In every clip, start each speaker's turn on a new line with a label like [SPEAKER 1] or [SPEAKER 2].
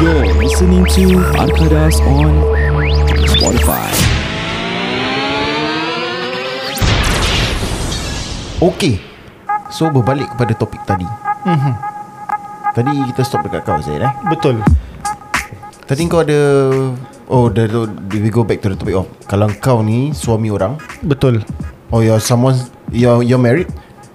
[SPEAKER 1] You're listening to Arkadas on Spotify.
[SPEAKER 2] Okey So berbalik kepada topik tadi mm-hmm.
[SPEAKER 3] Mhm.
[SPEAKER 2] Tadi kita stop dekat kau Zaid eh
[SPEAKER 3] Betul
[SPEAKER 2] Tadi kau ada Oh the, the, we go back to the topic of Kalau kau ni suami orang
[SPEAKER 3] Betul
[SPEAKER 2] Or you're someone You're, you're married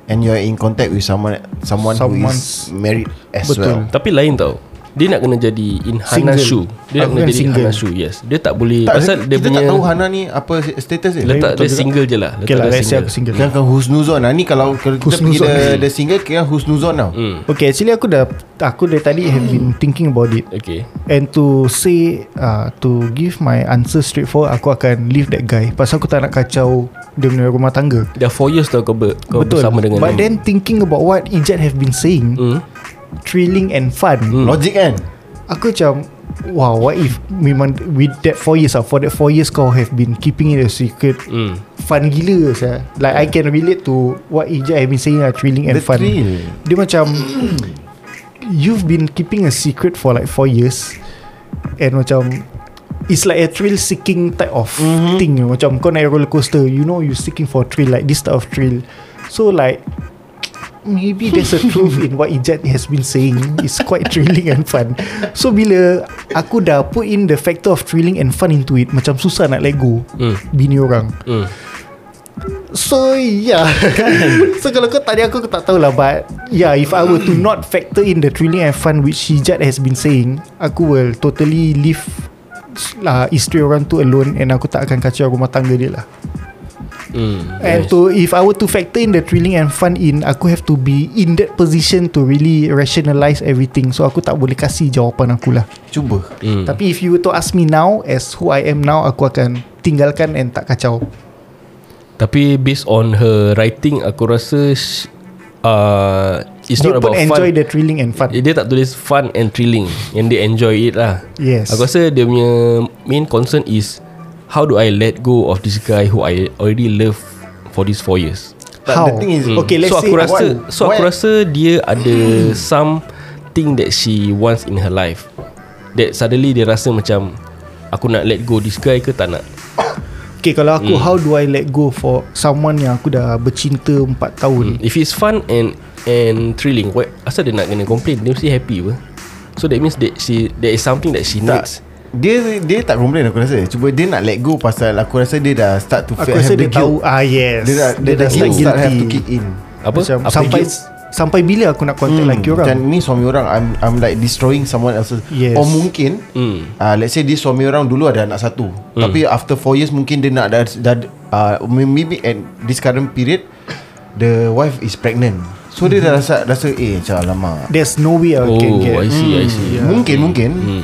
[SPEAKER 2] And you're in contact with someone Someone who is
[SPEAKER 3] Someone's-
[SPEAKER 2] married as
[SPEAKER 3] Betul.
[SPEAKER 2] Betul. well
[SPEAKER 4] Tapi lain tau Dia nak kena jadi In
[SPEAKER 3] Single.
[SPEAKER 4] Hanashu Dia
[SPEAKER 3] Aku
[SPEAKER 4] nak kena
[SPEAKER 3] kan
[SPEAKER 4] jadi
[SPEAKER 3] single.
[SPEAKER 4] Hanashu Yes Dia tak boleh
[SPEAKER 2] tak,
[SPEAKER 4] Pasal dia
[SPEAKER 2] Kita
[SPEAKER 4] punya
[SPEAKER 2] tak tahu Hana ni Apa status dia
[SPEAKER 4] Letak
[SPEAKER 3] Betul
[SPEAKER 4] dia
[SPEAKER 3] juga.
[SPEAKER 4] single je lah
[SPEAKER 3] Okay
[SPEAKER 4] Letak
[SPEAKER 3] lah
[SPEAKER 4] dia
[SPEAKER 3] Let's say aku single
[SPEAKER 2] Jangan husnuzon lah Ni kalau kalau kita pergi
[SPEAKER 3] Husnuzon
[SPEAKER 2] the,
[SPEAKER 3] ni.
[SPEAKER 2] the single Kira husnuzon tau
[SPEAKER 4] Hmm.
[SPEAKER 2] mm.
[SPEAKER 3] Okay actually aku dah Aku dari tadi have been thinking about it
[SPEAKER 4] Okay
[SPEAKER 3] And to say uh, To give my answer straightforward Aku akan leave that guy Pasal aku tak nak kacau Dia punya rumah tangga
[SPEAKER 4] Dah 4 years tau kau, ber, kau bersama dengan
[SPEAKER 3] But
[SPEAKER 4] dia.
[SPEAKER 3] then thinking about what Ijat have been saying
[SPEAKER 4] Hmm.
[SPEAKER 3] Thrilling and fun
[SPEAKER 2] Logic kan
[SPEAKER 3] Aku macam Wow what if Memang With that 4 years lah For that 4 years Kau have been Keeping it a secret
[SPEAKER 4] Hmm.
[SPEAKER 3] Fun gila saya. Like I can relate to What Ijat have been saying lah Thrilling
[SPEAKER 2] The
[SPEAKER 3] and fun
[SPEAKER 2] thrill.
[SPEAKER 3] Dia macam You've been keeping a secret For like 4 years And macam It's like a thrill seeking type of mm-hmm. thing you know. Macam kau naik roller coaster You know you seeking for thrill Like this type of thrill So like Maybe there's a truth in what Ijat has been saying It's quite thrilling and fun So bila aku dah put in the factor of thrilling and fun into it Macam susah nak let go
[SPEAKER 4] Hmm.
[SPEAKER 3] Bini orang
[SPEAKER 4] Hmm.
[SPEAKER 3] So yeah
[SPEAKER 4] Kan?
[SPEAKER 3] So kalau kau tadi aku, aku tak tahulah But yeah if I were to not factor in the thrilling and fun Which Hijat has been saying Aku will totally leave uh, Isteri orang tu alone And aku tak akan kacau rumah tangga dia lah
[SPEAKER 4] Hmm.
[SPEAKER 3] And
[SPEAKER 4] Nice.
[SPEAKER 3] to if I were to factor in the thrilling and fun in Aku have to be in that position to really rationalise everything So aku tak boleh kasih jawapan aku lah
[SPEAKER 2] Cuba
[SPEAKER 4] Hmm.
[SPEAKER 3] Tapi if you were to ask me now As who I am now Aku akan tinggalkan and tak kacau
[SPEAKER 4] Tapi based on her writing Aku rasa sh- uh, It's
[SPEAKER 3] Dia
[SPEAKER 4] not
[SPEAKER 3] pun
[SPEAKER 4] about
[SPEAKER 3] enjoy
[SPEAKER 4] fun
[SPEAKER 3] the thrilling and fun
[SPEAKER 4] Eh, Dia tak tulis fun and thrilling Yang dia enjoy it lah
[SPEAKER 3] Yes.
[SPEAKER 4] Aku rasa dia punya Main concern is How do I let go of this guy Who I already love For these 4 years
[SPEAKER 2] But
[SPEAKER 3] How? Hmm.
[SPEAKER 2] the thing is-
[SPEAKER 3] okay, let's
[SPEAKER 4] So
[SPEAKER 3] say
[SPEAKER 4] aku rasa
[SPEAKER 2] what-
[SPEAKER 4] So aku
[SPEAKER 2] what-
[SPEAKER 4] rasa Dia ada Some Thing that she wants in her life That suddenly dia rasa macam Aku nak let go this guy ke tak nak
[SPEAKER 3] Okay kalau aku
[SPEAKER 4] Hmm.
[SPEAKER 3] How do I let go For someone yang aku dah Bercinta 4 tahun
[SPEAKER 4] If it's fun and and thrilling, what asal dia nak kena complain? Dia mesti happy apa? So that means that she there is something that she
[SPEAKER 2] Tak
[SPEAKER 4] needs.
[SPEAKER 2] Dia dia tak complain aku rasa Cuba dia nak let go Pasal aku rasa dia dah start to
[SPEAKER 3] Aku
[SPEAKER 2] feel-
[SPEAKER 3] rasa
[SPEAKER 2] have the
[SPEAKER 3] dia tahu
[SPEAKER 2] guilt.
[SPEAKER 3] Ah yes
[SPEAKER 2] Dia dah, dia dah start, start have to kick in
[SPEAKER 4] Apa?
[SPEAKER 3] Macam
[SPEAKER 4] apa
[SPEAKER 3] sampai
[SPEAKER 4] guilt?
[SPEAKER 3] Sampai bila aku nak contact
[SPEAKER 2] Hmm,
[SPEAKER 3] lagi orang
[SPEAKER 2] Macam ni suami orang I'm, I'm like destroying someone else's
[SPEAKER 3] Yes.
[SPEAKER 2] Or mungkin mm. uh, Let's say dia suami orang dulu ada anak satu mm. Tapi after 4 years mungkin dia nak dah, dah uh, Maybe at this current period The wife is pregnant So mm. dia
[SPEAKER 3] Hmm.
[SPEAKER 2] dah rasa, rasa Eh macam alamak
[SPEAKER 3] There's no way I
[SPEAKER 4] Oh,
[SPEAKER 3] can get
[SPEAKER 4] I see, I
[SPEAKER 3] Hmm.
[SPEAKER 4] see.
[SPEAKER 3] Ya.
[SPEAKER 2] yeah. Mungkin mungkin mm.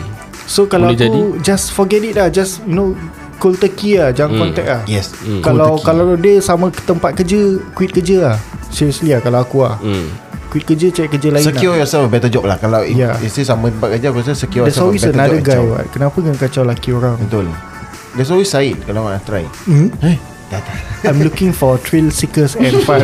[SPEAKER 3] So kalau
[SPEAKER 4] Boleh
[SPEAKER 3] aku Just forget it lah Just you know Cold turkey lah
[SPEAKER 4] Hmm.
[SPEAKER 3] Jangan contact lah
[SPEAKER 2] Yes mm.
[SPEAKER 3] Kalau kalau dia sama ke tempat kerja Quit kerja lah Seriously lah kalau aku lah
[SPEAKER 4] Hmm.
[SPEAKER 3] Quit kerja cari kerja lain lah
[SPEAKER 2] Secure yourself a better job lah Kalau yeah.
[SPEAKER 3] Yeah.
[SPEAKER 2] isteri sama tempat kerja Aku rasa secure
[SPEAKER 3] There's
[SPEAKER 2] yourself
[SPEAKER 3] always
[SPEAKER 2] a better
[SPEAKER 3] another
[SPEAKER 2] job
[SPEAKER 3] guy
[SPEAKER 2] macam.
[SPEAKER 3] what. Kenapa kena kacau laki orang
[SPEAKER 2] Betul There's always Syed Kalau nak try
[SPEAKER 3] hmm?
[SPEAKER 2] Eh dah tak
[SPEAKER 3] I'm looking for thrill seekers and fun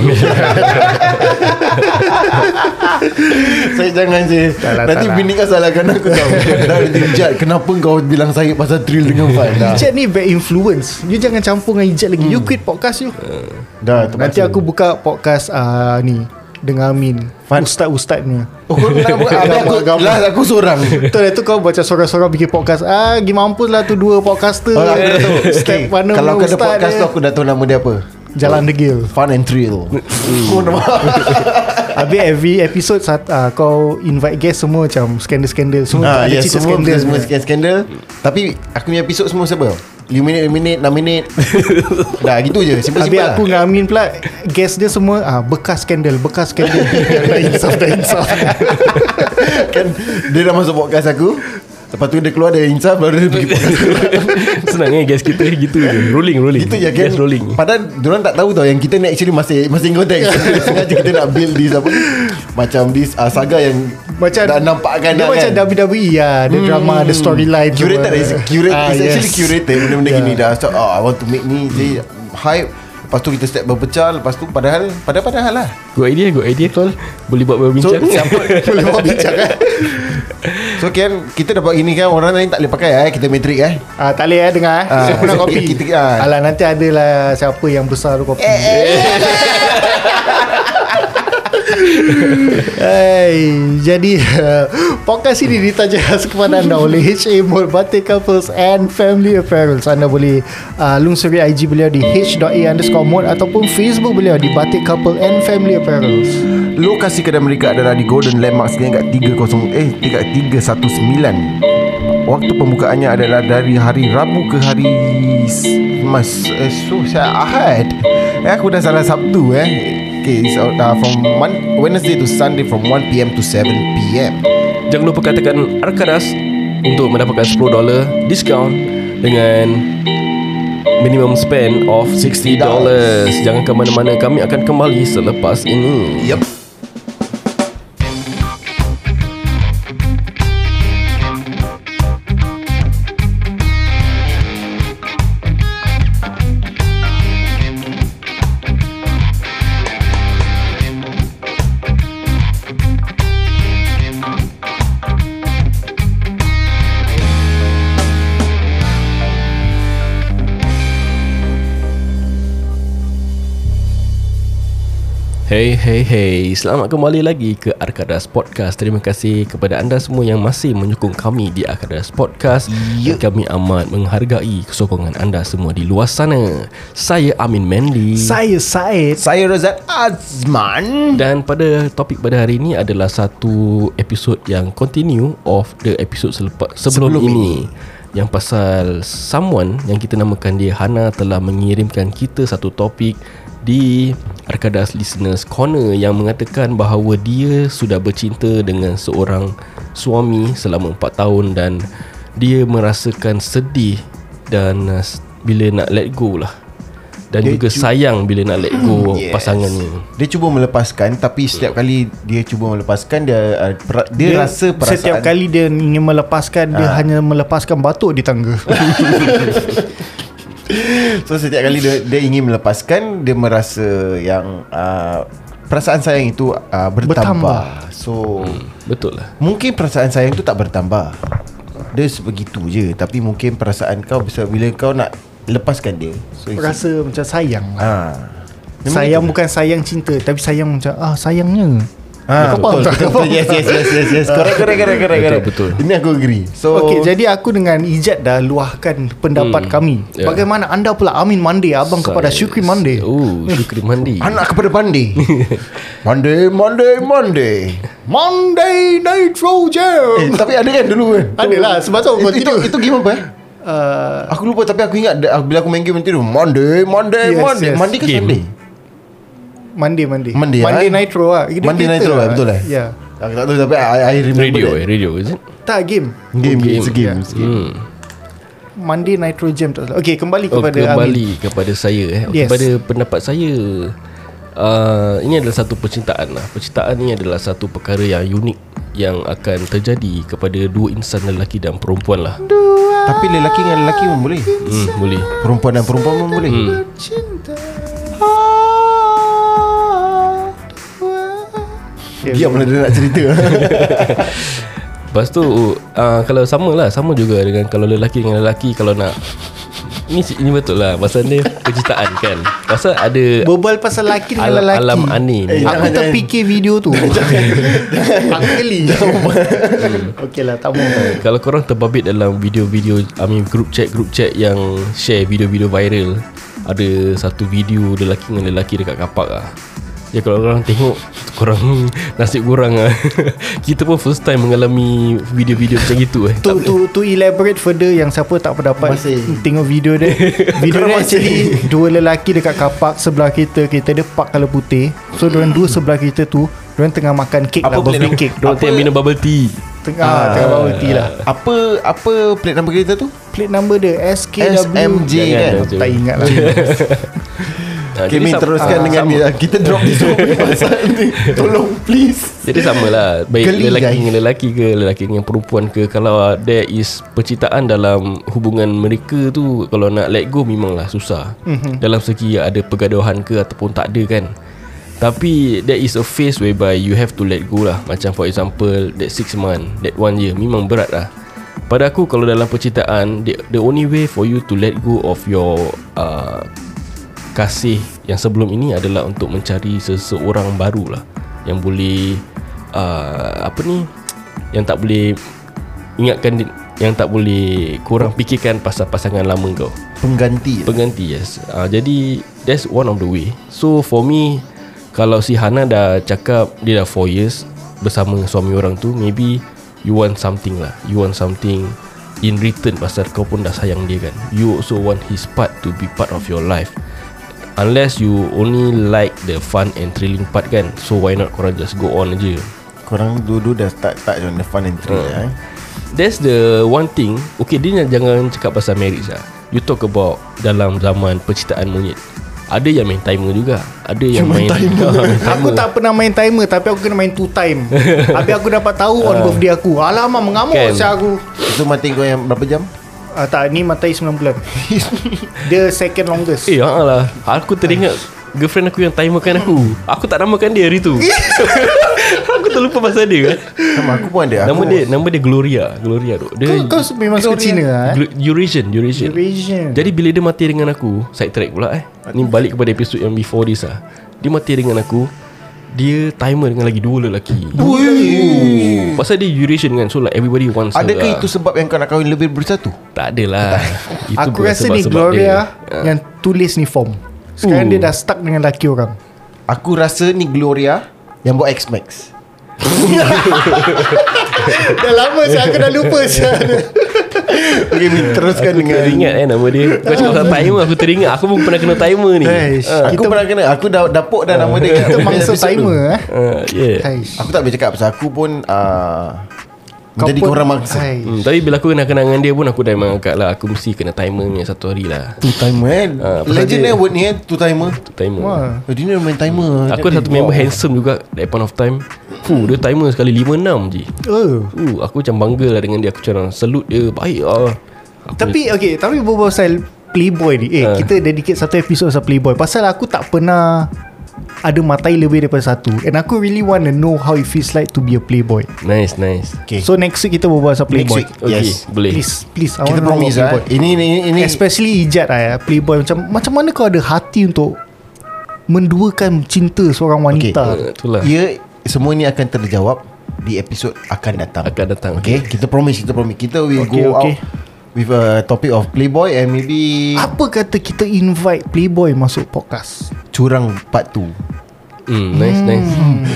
[SPEAKER 2] Saya jangan je
[SPEAKER 3] lah,
[SPEAKER 2] Nanti
[SPEAKER 3] tak lah.
[SPEAKER 2] bini kau salahkan aku kau Dah dijat Kenapa kau bilang Syed pasal thrill dengan Fan Dah
[SPEAKER 3] Ijat ni bad influence You jangan campur dengan Ijat lagi You
[SPEAKER 4] Hmm.
[SPEAKER 3] quit podcast you
[SPEAKER 4] Eh,
[SPEAKER 2] Dah
[SPEAKER 3] Nanti aku buka podcast uh, ni Dengan Amin
[SPEAKER 2] Fun.
[SPEAKER 3] Ustaz-ustaz ni
[SPEAKER 2] Oh kau nak buat Habis aku
[SPEAKER 3] Gambar-gambar.
[SPEAKER 2] Last aku seorang
[SPEAKER 3] Betul lah tu kau baca sorang-sorang bikin podcast Ah, gi mampus lah tu dua podcaster
[SPEAKER 2] Oh, aku dah tahu.
[SPEAKER 3] Step
[SPEAKER 2] Okay,
[SPEAKER 3] mana
[SPEAKER 2] Kalau
[SPEAKER 3] punya
[SPEAKER 2] kau ada
[SPEAKER 3] ustaz
[SPEAKER 2] podcast
[SPEAKER 3] dia.
[SPEAKER 2] tu Aku dah tahu nama dia apa
[SPEAKER 3] Jalan degil
[SPEAKER 2] Fun and thrill Kau nama
[SPEAKER 3] Habis every episode saat, uh, Kau invite guest semua macam Skandal-skandal Semua
[SPEAKER 2] Ah,
[SPEAKER 3] ada
[SPEAKER 2] yes,
[SPEAKER 3] cerita
[SPEAKER 2] semua
[SPEAKER 3] skandal
[SPEAKER 2] skandal, semua skandal, skandal. Tapi aku punya episod semua siapa? 5 minit, 5 minit, 6 minit. Dah gitu je,
[SPEAKER 3] Habis
[SPEAKER 2] simple-simple.
[SPEAKER 3] aku
[SPEAKER 2] lah.
[SPEAKER 3] dengan Amin pula Guest dia semua ah, Bekas skandal Bekas skandal Dah insaf Dah insaf
[SPEAKER 2] kan dia dah masuk podcast aku. Lepas tu dia keluar dia insaf baru dia pergi podcast.
[SPEAKER 4] Senang eh guys kita gitu je. Rolling rolling.
[SPEAKER 2] Itu je kan.
[SPEAKER 4] Guys rolling.
[SPEAKER 2] Padahal diorang tak tahu tau yang kita ni actually masih masih in contact.
[SPEAKER 3] Ya.
[SPEAKER 2] Sengaja kita nak build this apa macam this uh, saga yang
[SPEAKER 3] Macam
[SPEAKER 2] dah nampakkan
[SPEAKER 3] Dia
[SPEAKER 2] dah
[SPEAKER 3] macam WWE lah Ada drama Ada storyline
[SPEAKER 2] kan, Hmm. Curated
[SPEAKER 3] semua.
[SPEAKER 2] is curated.
[SPEAKER 3] Ah,
[SPEAKER 2] it's actually
[SPEAKER 3] yes. Ya.
[SPEAKER 2] curated benda-benda
[SPEAKER 3] Yeah.
[SPEAKER 2] gini dah. So, oh, I want to make ni jadi hype. Lepas tu kita step berpecah Lepas tu padahal Padahal-padahal lah
[SPEAKER 4] Good idea Good idea Tol Boleh buat
[SPEAKER 2] So
[SPEAKER 4] berbincang
[SPEAKER 2] siapa Boleh bawa bincang kan So kan Kita dapat ini kan Orang lain tak boleh pakai eh Kita metrik eh
[SPEAKER 3] Ah, tak boleh eh dengar eh.
[SPEAKER 2] Ah,
[SPEAKER 3] Siapa
[SPEAKER 2] so
[SPEAKER 3] nak kopi?
[SPEAKER 2] kita- kita- ah.
[SPEAKER 3] Alah nanti adalah siapa yang besar tu kopi. Hai, jadi uh, podcast ini ditaja khas kepada anda oleh HA Mall Batik Couples and Family Apparel. Anda boleh uh, lungsuri IG beliau di h.a underscore mall ataupun Facebook beliau di Batik Couple and Family Apparel.
[SPEAKER 2] Lokasi kedai mereka adalah di Golden Landmarks Kat 30 Eh 3319 Waktu pembukaannya adalah dari hari Rabu ke hari S- Mas Esok saya Ahad Eh aku dah salah Sabtu eh Okay it's out, uh, from mon- Wednesday to Sunday from 1pm to 7pm
[SPEAKER 4] Jangan lupa katakan Arkadas Untuk mendapatkan $10 discount Dengan Minimum spend of $60 Jangan ke mana-mana Kami akan kembali selepas ini
[SPEAKER 2] Yep
[SPEAKER 4] Hey hey hey Selamat kembali lagi ke Arkadas Podcast Terima kasih kepada anda semua yang masih menyokong kami di Arkadas Podcast Dan Kami amat menghargai kesokongan anda semua di luar sana Saya Amin Mandy
[SPEAKER 3] Saya Said.
[SPEAKER 2] Saya Rozat Azman
[SPEAKER 4] Dan pada topik pada hari ini adalah satu episod yang continue of the episode selepas, sebelum, sebelum
[SPEAKER 2] Sebelum
[SPEAKER 4] ini. Yang pasal someone yang kita namakan dia Hana telah mengirimkan kita satu topik di Arkadas Listeners Corner yang mengatakan bahawa dia sudah bercinta dengan seorang suami selama 4 tahun dan dia merasakan sedih dan uh, s- bila nak let go lah dan juga sayang bila nak let go yes. Oh, pasangannya.
[SPEAKER 2] Dia cuba melepaskan Tapi setiap kali Dia cuba melepaskan Dia uh, pera- dia, dia rasa perasaan Ah.
[SPEAKER 3] Setiap kali dia ingin melepaskan Dia hanya melepaskan batuk di tangga
[SPEAKER 2] So setiap kali dia, dia ingin melepaskan Dia merasa yang uh, Perasaan sayang itu uh, bertambah.
[SPEAKER 3] Bertambah.
[SPEAKER 2] So hmm.
[SPEAKER 4] Betul lah.
[SPEAKER 2] Mungkin perasaan sayang itu tak bertambah Dia sebegitu je Tapi mungkin perasaan kau bisa Bila kau nak lepaskan dia So it's-
[SPEAKER 3] Rasa macam sayang lah
[SPEAKER 2] Ah, Memang
[SPEAKER 3] Sayang bukan sayang cinta Tapi sayang macam Ah sayangnya
[SPEAKER 2] Ah,
[SPEAKER 3] Kau
[SPEAKER 2] betul,
[SPEAKER 3] faham
[SPEAKER 2] betul,
[SPEAKER 3] tak? Kau
[SPEAKER 2] betul,
[SPEAKER 3] faham
[SPEAKER 2] yes, yes, yes, yes, yes. Correct, correct, correct, correct, correct.
[SPEAKER 4] Betul, betul.
[SPEAKER 2] Ini aku agree. So,
[SPEAKER 3] Okey, jadi aku dengan Ijat dah luahkan pendapat
[SPEAKER 4] Hmm,
[SPEAKER 3] kami.
[SPEAKER 4] ya.
[SPEAKER 3] Bagaimana anda pula Amin Mandi abang kepada Syukri Mandi?
[SPEAKER 4] Oh, Syukri Mandi.
[SPEAKER 2] anak kepada Pandi. Monday, Monday, Monday.
[SPEAKER 3] Monday
[SPEAKER 2] Eh,
[SPEAKER 3] Nitrogen.
[SPEAKER 2] tapi ada kan dulu kan?
[SPEAKER 3] Adalah, Eh, lah, sebab tu aku
[SPEAKER 2] Itu, itu,
[SPEAKER 3] tidur.
[SPEAKER 2] itu game apa eh?
[SPEAKER 3] Uh,
[SPEAKER 2] Aku lupa tapi aku ingat dah- bila aku main game nanti tu Monday, Monday,
[SPEAKER 3] Yes,
[SPEAKER 2] Monday.
[SPEAKER 3] yes.
[SPEAKER 2] Monday ke
[SPEAKER 4] Game.
[SPEAKER 2] Sunday?
[SPEAKER 3] Monday Monday.
[SPEAKER 2] Monday,
[SPEAKER 3] Monday
[SPEAKER 2] eh?
[SPEAKER 3] Nitro lah. Dia
[SPEAKER 2] Monday
[SPEAKER 3] kereta
[SPEAKER 2] Nitro lah, betul lah.
[SPEAKER 3] Ya. Yeah.
[SPEAKER 2] Aku tak tahu tapi I, I remember
[SPEAKER 4] radio
[SPEAKER 2] that.
[SPEAKER 4] eh, radio is it?
[SPEAKER 3] Tak game.
[SPEAKER 2] Game,
[SPEAKER 4] Oh,
[SPEAKER 2] it's a game.
[SPEAKER 3] game.
[SPEAKER 2] It's a game.
[SPEAKER 3] Monday Nitro Jam tak salah. Okey, kembali
[SPEAKER 4] Oh,
[SPEAKER 3] kepada Amin.
[SPEAKER 4] kembali Amin. kepada saya eh.
[SPEAKER 3] Yes.
[SPEAKER 4] Kepada pendapat saya. Uh, ini adalah satu percintaan lah. Percintaan ni adalah satu perkara yang unik yang akan terjadi kepada dua insan lelaki dan perempuan lah.
[SPEAKER 2] Tapi lelaki dengan lelaki pun boleh.
[SPEAKER 4] Hmm, boleh.
[SPEAKER 2] Perempuan dan perempuan pun boleh.
[SPEAKER 3] Okay,
[SPEAKER 2] Dia pula lah dia nak cerita.
[SPEAKER 4] Lepas tu uh, kalau sama lah, sama juga dengan kalau lelaki dengan lelaki kalau nak ini ini betul lah pasal dia percintaan kan. Pasal ada
[SPEAKER 3] Berbual pasal lelaki dengan
[SPEAKER 4] alam,
[SPEAKER 3] lelaki.
[SPEAKER 4] alam aneh ni.
[SPEAKER 2] Eh,
[SPEAKER 3] Aku
[SPEAKER 2] Jangan,
[SPEAKER 3] terfikir video tu Aku geli Okey lah tak mahu
[SPEAKER 4] Eh. Kalau korang terbabit dalam video-video I mean group chat Group chat yang Share video-video viral Ada satu video Lelaki dengan lelaki Dekat kapak lah Ya kalau korang tengok Korang Nasib korang lah Kita pun first time Mengalami Video-video macam itu eh
[SPEAKER 3] To, to, to elaborate further Yang siapa tak pendapat
[SPEAKER 2] Masih.
[SPEAKER 3] Tengok video dia Video dia
[SPEAKER 2] Korang masih.
[SPEAKER 3] actually Dua lelaki dekat kapak Sebelah kita Kita dia park colour putih So diorang dua sebelah kita tu Diorang tengah makan kek
[SPEAKER 2] Apa
[SPEAKER 3] lah
[SPEAKER 2] boleh
[SPEAKER 3] Birthday
[SPEAKER 2] nama-
[SPEAKER 3] cake
[SPEAKER 4] Diorang tengah minum bubble tea
[SPEAKER 3] Tengah, ah, tengah bubble tea lah
[SPEAKER 2] apa apa plate number kereta tu?
[SPEAKER 3] Plate number dia SKW
[SPEAKER 2] SMJ
[SPEAKER 3] lah,
[SPEAKER 2] kan.
[SPEAKER 4] Jangan, jangan.
[SPEAKER 3] Tak ingat lah
[SPEAKER 4] Ah,
[SPEAKER 2] Okay,
[SPEAKER 4] jadi
[SPEAKER 2] Min
[SPEAKER 4] sam-
[SPEAKER 2] teruskan
[SPEAKER 4] ah,
[SPEAKER 2] dengan
[SPEAKER 4] sama.
[SPEAKER 2] ni lah. Kita drop di semua punya pasal ni Tolong please
[SPEAKER 4] Jadi samalah Baik
[SPEAKER 2] Geli,
[SPEAKER 4] lelaki
[SPEAKER 2] guys.
[SPEAKER 4] dengan lelaki ke Lelaki dengan perempuan ke Kalau there is Percitaan dalam Hubungan mereka tu Kalau nak let go Memanglah susah
[SPEAKER 2] Mhm.
[SPEAKER 4] mm-hmm. Dalam segi Ada pergaduhan ke Ataupun tak ada kan Tapi There is a phase Whereby you have to let go lah Macam for example That six month That one year Memang berat lah Pada aku Kalau dalam percitaan The, the only way for you To let go of your uh, kasih yang sebelum ini adalah untuk mencari seseorang baru lah yang boleh uh, apa ni yang tak boleh ingatkan di- yang tak boleh kurang fikirkan pasal pasangan lama kau
[SPEAKER 2] Pengganti
[SPEAKER 4] pengganti yes uh, jadi that's one of the way so for me kalau si Hana dah cakap dia dah 4 years bersama suami orang tu maybe you want something lah you want something in return pasal kau pun dah sayang dia kan you also want his part to be part of your life unless you only like the fun and thrilling part kan so why not korang just go on aja
[SPEAKER 2] Korang dulu dah start start on the fun and thrill eh.
[SPEAKER 4] That's the one thing Okay dia ni jangan cakap pasal marriage lah You talk about Dalam zaman percintaan monyet Ada yang main timer juga Ada yang main timer, main
[SPEAKER 3] Aku
[SPEAKER 4] timer.
[SPEAKER 3] tak pernah main timer Tapi aku kena main two time Habis aku dapat tahu
[SPEAKER 2] Ah.
[SPEAKER 3] On birthday aku Alamak mengamuk
[SPEAKER 4] Kan.
[SPEAKER 3] saya aku
[SPEAKER 2] Itu mati kau yang berapa jam?
[SPEAKER 3] ah, Tak ni matai 9 bulan Dia second longest
[SPEAKER 4] Eh haa lah Aku teringat Girlfriend aku yang timerkan aku Aku tak namakan dia hari tu Aku terlupa pasal dia eh.
[SPEAKER 2] Sama aku pun ada.
[SPEAKER 4] Nama
[SPEAKER 2] Aku,
[SPEAKER 4] dia Nama dia Gloria Gloria tu Dia
[SPEAKER 3] Kau, kau memang suka Cina lah eh?
[SPEAKER 4] Gl- Eurasian Eurasian
[SPEAKER 3] Eurasian.
[SPEAKER 4] Hmm. Jadi bila dia mati dengan aku Side track pula eh Ni balik kepada episod yang before this lah Dia mati dengan aku Dia timer dengan lagi dua lelaki Ui. Pasal dia Eurasian kan So like everybody wants her
[SPEAKER 2] adakah
[SPEAKER 4] lah.
[SPEAKER 2] itu sebab yang kau nak kahwin lebih bersatu?
[SPEAKER 4] Tak adalah Itu
[SPEAKER 3] Aku
[SPEAKER 4] bukan
[SPEAKER 3] rasa ni
[SPEAKER 4] sebab-sebab
[SPEAKER 3] Gloria
[SPEAKER 4] dia.
[SPEAKER 3] Yang
[SPEAKER 2] Ya.
[SPEAKER 3] tulis ni form Sekarang
[SPEAKER 4] Uh.
[SPEAKER 3] dia dah stuck dengan laki orang
[SPEAKER 2] Aku rasa ni Gloria yang buat X-Max.
[SPEAKER 3] Dah lama saya aku dah lupa saya.
[SPEAKER 2] Okay, Min, teruskan
[SPEAKER 4] Aku
[SPEAKER 2] dengan
[SPEAKER 4] teringat eh nama dia Kau cakap pasal timer Aku teringat Aku pun pernah kena timer ni
[SPEAKER 3] Eish.
[SPEAKER 4] Ah,
[SPEAKER 2] Aku
[SPEAKER 3] Kita-
[SPEAKER 2] pernah kena Aku dah dapuk dah nama dia
[SPEAKER 3] Kita
[SPEAKER 2] kat
[SPEAKER 3] mangsa
[SPEAKER 2] episode Ya.
[SPEAKER 3] timer
[SPEAKER 2] tu.
[SPEAKER 3] eh.
[SPEAKER 4] ah, Yeah
[SPEAKER 3] Haish.
[SPEAKER 2] Aku tak boleh cakap Pasal aku pun uh, Menjadi
[SPEAKER 3] pun-
[SPEAKER 2] korang mangsa
[SPEAKER 3] Hai.
[SPEAKER 4] Hmm, tapi bila aku kena kenangan dia pun Aku dah memang angkat lah Aku mesti kena timer ni Satu hari lah
[SPEAKER 2] Two timer eh
[SPEAKER 4] Ah, pasal
[SPEAKER 2] Legend
[SPEAKER 4] dia-
[SPEAKER 2] eh word ni eh Two timer
[SPEAKER 4] Timer
[SPEAKER 3] Wah.
[SPEAKER 2] Oh, dia ni main timer
[SPEAKER 4] Aku ada satu member handsome juga That point of time Fuh dia timer sekali 5-6 je
[SPEAKER 3] Oh.
[SPEAKER 4] Fuh aku macam bangga lah dengan dia Aku macam salute dia Baik lah
[SPEAKER 2] Hmm.
[SPEAKER 4] aku,
[SPEAKER 3] Tapi okay, tapi berbual pasal Playboy ni. Eh,
[SPEAKER 2] Ha.
[SPEAKER 4] Ah.
[SPEAKER 3] kita dedicate satu episod pasal Playboy. Pasal aku tak pernah ada matai lebih daripada satu. And aku really want to know how it feels like to be a Playboy.
[SPEAKER 4] Nice nice
[SPEAKER 2] Okay
[SPEAKER 3] So next week kita berbual pasal
[SPEAKER 2] Next
[SPEAKER 3] Playboy.
[SPEAKER 2] week
[SPEAKER 4] Okay
[SPEAKER 2] Yes
[SPEAKER 4] boleh
[SPEAKER 3] Please, please. I
[SPEAKER 2] Kita
[SPEAKER 3] want to know about
[SPEAKER 2] promise lah
[SPEAKER 3] Playboy.
[SPEAKER 2] eh. Ini ini ini
[SPEAKER 3] Especially Ijat lah ya, Playboy macam macam mana kau ada hati untuk menduakan cinta seorang wanita? Okay.
[SPEAKER 4] Ah, Itulah yeah.
[SPEAKER 2] Ya Semua ni akan terjawab Di episod akan datang
[SPEAKER 4] Akan datang
[SPEAKER 2] Okay Kita promise Kita promise Kita will
[SPEAKER 3] Okay,
[SPEAKER 2] go
[SPEAKER 3] okay.
[SPEAKER 2] out With a topic of Playboy And maybe
[SPEAKER 3] Apa kata kita invite Playboy masuk podcast?
[SPEAKER 2] Curang part 2
[SPEAKER 4] mm,
[SPEAKER 3] Hmm.
[SPEAKER 4] Nice nice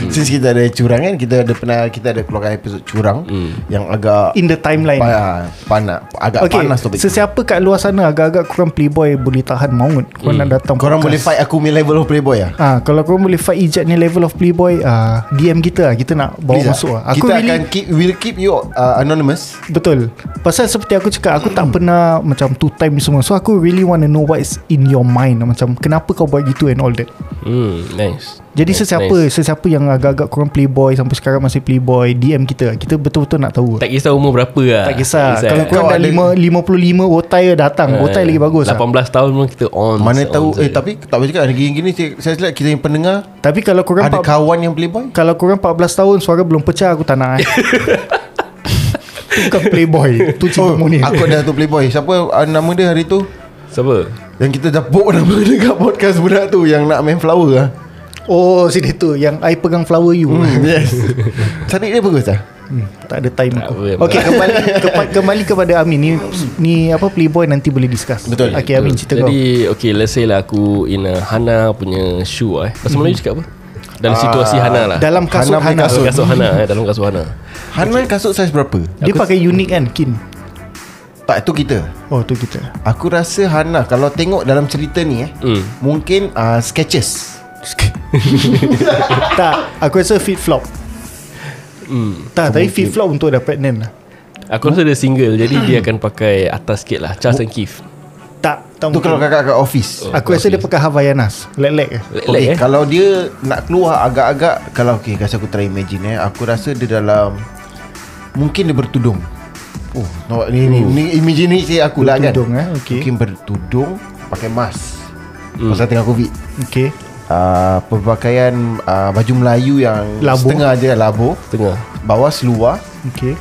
[SPEAKER 2] Since kita ada curang kan Kita ada pernah Kita ada keluarkan episod curang
[SPEAKER 4] Hmm.
[SPEAKER 2] Yang agak
[SPEAKER 3] In the timeline.
[SPEAKER 2] pa- Panas Agak
[SPEAKER 3] Okay,
[SPEAKER 2] panas topik tu.
[SPEAKER 3] sesiapa kat luar sana agak-agak kurang playboy boleh tahan maut. Kau nak datang
[SPEAKER 2] Hmm. Korang
[SPEAKER 3] podcast.
[SPEAKER 2] boleh fight aku punya level of playboy lah
[SPEAKER 3] Ah, kalau korang boleh fight ijat ni level of playboy, ah, DM kita lah. Kita nak bawa
[SPEAKER 2] Please lah.
[SPEAKER 3] masuk lah. Aku
[SPEAKER 2] Kita
[SPEAKER 3] really,
[SPEAKER 2] akan keep We'll keep you uh, anonymous
[SPEAKER 3] betul. Pasal seperti aku cakap, aku
[SPEAKER 2] Hmm.
[SPEAKER 3] tak pernah macam two time ni semua. So aku really want to know what is in your mind. Macam kenapa kau buat gitu and all that.
[SPEAKER 4] mm, Nice
[SPEAKER 3] Jadi
[SPEAKER 4] nice,
[SPEAKER 3] sesiapa sesiapa yang agak-agak kurang playboy sampai sekarang masih playboy, DM kita. Kita betul-betul nak tahu.
[SPEAKER 4] Tak kisah umur berapa lah
[SPEAKER 3] Tak kisah Kalau
[SPEAKER 2] Ah, Kau
[SPEAKER 3] kau dah
[SPEAKER 2] ada-
[SPEAKER 3] lima, 55 Otai datang
[SPEAKER 4] Ah,
[SPEAKER 3] Otai lagi bagus lah.
[SPEAKER 4] 18 tahun pun kita on
[SPEAKER 2] Mana
[SPEAKER 4] on
[SPEAKER 2] tahu Eh
[SPEAKER 4] saja.
[SPEAKER 2] tapi Tak boleh cakap Gini-gini saya- Saya select kita yang pendengar
[SPEAKER 3] Tapi kalau korang
[SPEAKER 2] Ada
[SPEAKER 3] empat-
[SPEAKER 2] kawan yang playboy
[SPEAKER 3] Kalau korang 14 tahun Suara belum pecah Aku tak nak eh. Tu bukan playboy Tu cinta
[SPEAKER 2] Oh,
[SPEAKER 3] oh, monyet
[SPEAKER 2] aku ada tu playboy Siapa uh, nama dia hari tu
[SPEAKER 4] Siapa
[SPEAKER 2] Yang kita dapuk nama dia kat podcast budak tu Yang nak main flower lah
[SPEAKER 3] Oh sini tu Yang I pegang flower you
[SPEAKER 2] hmm, Yes Cari dia bagus lah
[SPEAKER 3] hmm, Tak ada time
[SPEAKER 4] Tak
[SPEAKER 3] aku
[SPEAKER 4] apa,
[SPEAKER 3] Okay kembali kepa- Kembali kepada Amin Ni ni apa playboy nanti boleh discuss
[SPEAKER 2] Betul.
[SPEAKER 3] Okay Amin cerita
[SPEAKER 4] Jadi
[SPEAKER 3] kau
[SPEAKER 4] okay let's say lah Aku in a Hana punya shoe eh Pasal Melayu cakap apa Dalam situasi Hana lah
[SPEAKER 3] Mhm. Ah, Dalam kasut
[SPEAKER 2] Hana punya
[SPEAKER 3] Hana,
[SPEAKER 4] Dalam kasut Hana eh Dalam kasut Hana
[SPEAKER 2] Hanan kasut saiz berapa?
[SPEAKER 3] Dia pakai unik kan Kin
[SPEAKER 2] Tak itu kita
[SPEAKER 3] Oh tu kita
[SPEAKER 2] Aku rasa Hana Kalau tengok dalam cerita ni eh
[SPEAKER 4] Hmm.
[SPEAKER 2] Mungkin uh, sketches
[SPEAKER 3] Tak Aku rasa fit flop hmm, Tak tapi fit flop untuk dah pregnant lah
[SPEAKER 4] Aku rasa dia single Jadi dia akan pakai atas sikit lah Charles and Keith
[SPEAKER 3] Tak atau
[SPEAKER 2] Tu kalau
[SPEAKER 3] mungkin-
[SPEAKER 2] kakak kat
[SPEAKER 4] Oh.
[SPEAKER 2] office
[SPEAKER 3] Aku rasa dia pakai Havaianas Lek-lek eh.
[SPEAKER 2] Okay,
[SPEAKER 4] Lelek eh
[SPEAKER 2] kalau dia nak keluar agak-agak Kalau okay, kasi aku try imagine eh Aku rasa dia dalam Mungkin dia bertudung Oh, no, ni, ni, ni imaginasi aku lah kan
[SPEAKER 3] Bertudung, eh, okay.
[SPEAKER 2] Mungkin bertudung Pakai mask Pasal tengah covid
[SPEAKER 3] Okay
[SPEAKER 2] uh, Perpakaian uh, baju Melayu yang
[SPEAKER 3] Labu.
[SPEAKER 2] Setengah je labur
[SPEAKER 4] Tengah
[SPEAKER 2] Bawah seluar
[SPEAKER 3] Okay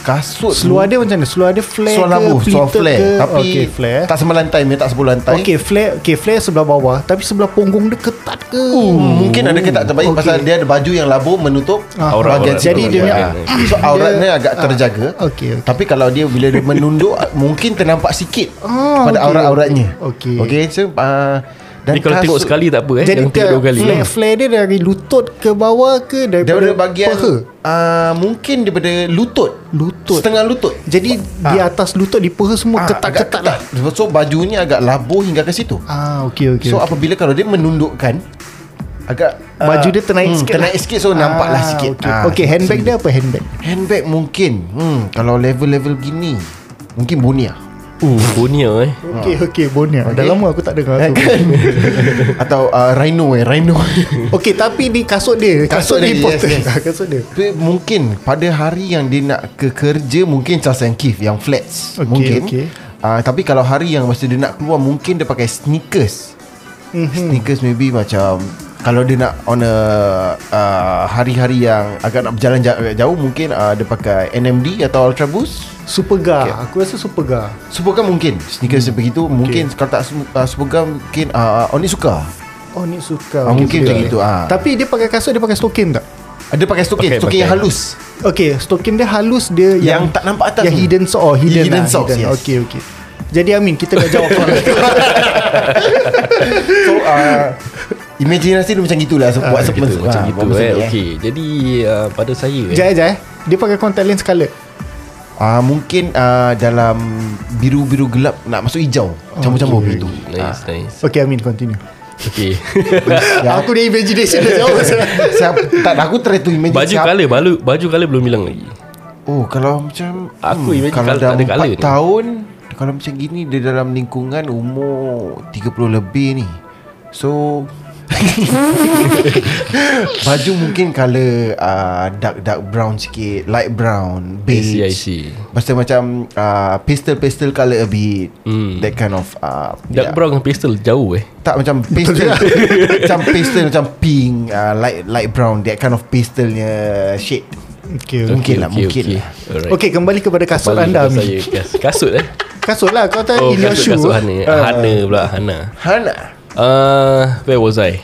[SPEAKER 2] Kasut
[SPEAKER 3] Seluar dia macam mana? Seluar dia flare
[SPEAKER 2] Seluar
[SPEAKER 3] ke?
[SPEAKER 2] labu Seluar
[SPEAKER 3] pleated
[SPEAKER 2] flare
[SPEAKER 3] ke?
[SPEAKER 2] Tapi
[SPEAKER 3] okay, flare. eh.
[SPEAKER 2] Tak semelantai dia Tak sebulantai
[SPEAKER 3] Okay flare Okay flare sebelah bawah Tapi sebelah punggung dia ketat ke
[SPEAKER 2] Hmm, Mungkin ada ketak terbaik okay. Pasal dia ada baju yang labu Menutup
[SPEAKER 3] Ah,
[SPEAKER 4] Aurat-
[SPEAKER 2] bahagian
[SPEAKER 4] aurat.
[SPEAKER 2] situ.
[SPEAKER 3] Jadi dia punya-
[SPEAKER 2] Ah, So auratnya agak terjaga
[SPEAKER 3] okay, okay.
[SPEAKER 2] Tapi kalau dia Bila dia menunduk Mungkin ternampak sikit
[SPEAKER 3] Ah,
[SPEAKER 2] Pada
[SPEAKER 3] okay.
[SPEAKER 2] aurat-auratnya
[SPEAKER 3] Okay.
[SPEAKER 2] Okay so uh, Dan
[SPEAKER 4] Ni kalau tengok
[SPEAKER 2] kasut-
[SPEAKER 4] sekali tak apa eh
[SPEAKER 3] Jadi
[SPEAKER 4] Jangan tengok
[SPEAKER 3] ter-
[SPEAKER 4] dua kali
[SPEAKER 3] flare, flare dia dari lutut ke bawah ke Daripada
[SPEAKER 2] Daripada bahagian
[SPEAKER 3] paha
[SPEAKER 2] uh, Mungkin daripada lutut
[SPEAKER 3] Lutut.
[SPEAKER 2] Setengah lutut
[SPEAKER 3] Jadi di atas lutut di paha
[SPEAKER 2] Ah,
[SPEAKER 3] semua
[SPEAKER 2] agak
[SPEAKER 3] ketat-ketat lah
[SPEAKER 2] ketat. So bajunya agak labuh hingga ke situ
[SPEAKER 3] Ah okay okay
[SPEAKER 2] So apabila kalau dia menundukkan Agak
[SPEAKER 3] Baju dia Ah, ternaik sikit
[SPEAKER 2] Ternaik
[SPEAKER 3] lah.
[SPEAKER 2] sikit So nampak lah sikit
[SPEAKER 3] okay.
[SPEAKER 2] Ah,
[SPEAKER 3] okay handbag dia apa handbag
[SPEAKER 2] Handbag mungkin hmm, Kalau level-level gini Mungkin Bonia
[SPEAKER 4] Uh Bonia eh
[SPEAKER 3] Okay
[SPEAKER 2] Ah.
[SPEAKER 3] okay Bonia okay. Dah lama aku tak dengar tu
[SPEAKER 2] Atau uh, Rhino eh Rhino
[SPEAKER 3] Okay tapi di kasut dia
[SPEAKER 2] Kasut
[SPEAKER 3] Kasut,
[SPEAKER 2] dia,
[SPEAKER 3] dia important Ah,
[SPEAKER 2] yes, yes.
[SPEAKER 3] Kasut dia
[SPEAKER 2] Tapi Mungkin pada hari yang dia nak ke kerja Mungkin Charles and Keith yang flats
[SPEAKER 3] Okay,
[SPEAKER 2] Mungkin
[SPEAKER 3] okay.
[SPEAKER 2] Uh, Tapi kalau hari yang masa dia nak keluar Mungkin dia pakai sneakers mm-hmm. Sneakers maybe macam Kalau dia nak on a uh, Hari-hari yang agak nak berjalan jauh, jauh Mungkin uh, dia pakai NMD atau Ultra Boost
[SPEAKER 3] Supergar okay. Aku rasa Supergar
[SPEAKER 2] Supergum mungkin Sneakers hmm. begitu Mungkin kalau tak su- uh, Supergum Mungkin uh, Onyx suka
[SPEAKER 3] Oh ni suka
[SPEAKER 2] Ah, mungkin macam itu, ah.
[SPEAKER 3] Tapi dia pakai kasut Dia pakai stokin tak?
[SPEAKER 2] Ada pakai stokin
[SPEAKER 4] Pakai,
[SPEAKER 2] Stokin
[SPEAKER 4] pakai.
[SPEAKER 2] yang halus
[SPEAKER 3] Okay stokin dia halus Dia yang,
[SPEAKER 2] Yang tak nampak atas
[SPEAKER 3] Yang
[SPEAKER 2] tu.
[SPEAKER 3] hidden so oh, hidden,
[SPEAKER 2] Hidden
[SPEAKER 3] lah,
[SPEAKER 2] socks, yes.
[SPEAKER 3] Okay okay Jadi Amin kita dah jawab soalan
[SPEAKER 2] So uh, Imaginasi dia macam gitulah so, Buat
[SPEAKER 4] Macam
[SPEAKER 2] sepen-
[SPEAKER 4] gitu, macam
[SPEAKER 2] ah,
[SPEAKER 4] gitu
[SPEAKER 2] buat
[SPEAKER 4] eh.
[SPEAKER 2] sepen-
[SPEAKER 4] Okey, jadi uh, pada saya eh,
[SPEAKER 3] Jaya jaya Dia pakai contact lens colour
[SPEAKER 2] Ah, Mungkin uh, dalam Biru-biru gelap Nak masuk hijau Campur-campur begitu Ah.
[SPEAKER 4] nice nice.
[SPEAKER 3] Okay Amin continue
[SPEAKER 4] Okey.
[SPEAKER 2] Ya.
[SPEAKER 3] Aku dah imagination dah jauh
[SPEAKER 2] Saya tak aku try to imagine
[SPEAKER 4] baju
[SPEAKER 2] siapa-
[SPEAKER 4] colour, baju baju colour belum bilang lagi.
[SPEAKER 2] Oh kalau macam hmm,
[SPEAKER 4] Aku imagine
[SPEAKER 2] Kalau
[SPEAKER 4] kalau
[SPEAKER 2] dah
[SPEAKER 4] tak ada colour
[SPEAKER 2] 4
[SPEAKER 4] ni.
[SPEAKER 2] tahun Kalau macam gini Dia dalam lingkungan Umur 30 lebih ni So Baju mungkin colour uh, Dark dark brown sikit Light brown Beige
[SPEAKER 4] see, I see.
[SPEAKER 2] Pasal macam uh, Pastel pastel colour a bit
[SPEAKER 4] Hmm.
[SPEAKER 2] That kind of uh,
[SPEAKER 4] Dark brown dengan pastel jauh eh.
[SPEAKER 2] tak macam pastel Macam pastel Macam pink uh, Light light brown That kind of pastelnya Shade
[SPEAKER 3] Okay okay,
[SPEAKER 2] Mungkin lah, mungkin lah.
[SPEAKER 4] Alright.
[SPEAKER 3] okay kembali kepada kasut
[SPEAKER 4] Balik
[SPEAKER 3] anda
[SPEAKER 4] ke
[SPEAKER 3] Amin
[SPEAKER 4] saya. Kas- Kasut eh.
[SPEAKER 3] Kasut lah kau tak
[SPEAKER 4] Oh,
[SPEAKER 3] in your shoe
[SPEAKER 4] kasut kasut Hana.
[SPEAKER 3] Ah.
[SPEAKER 4] Hana pula Hana.
[SPEAKER 2] Hana
[SPEAKER 4] Uh, where was I?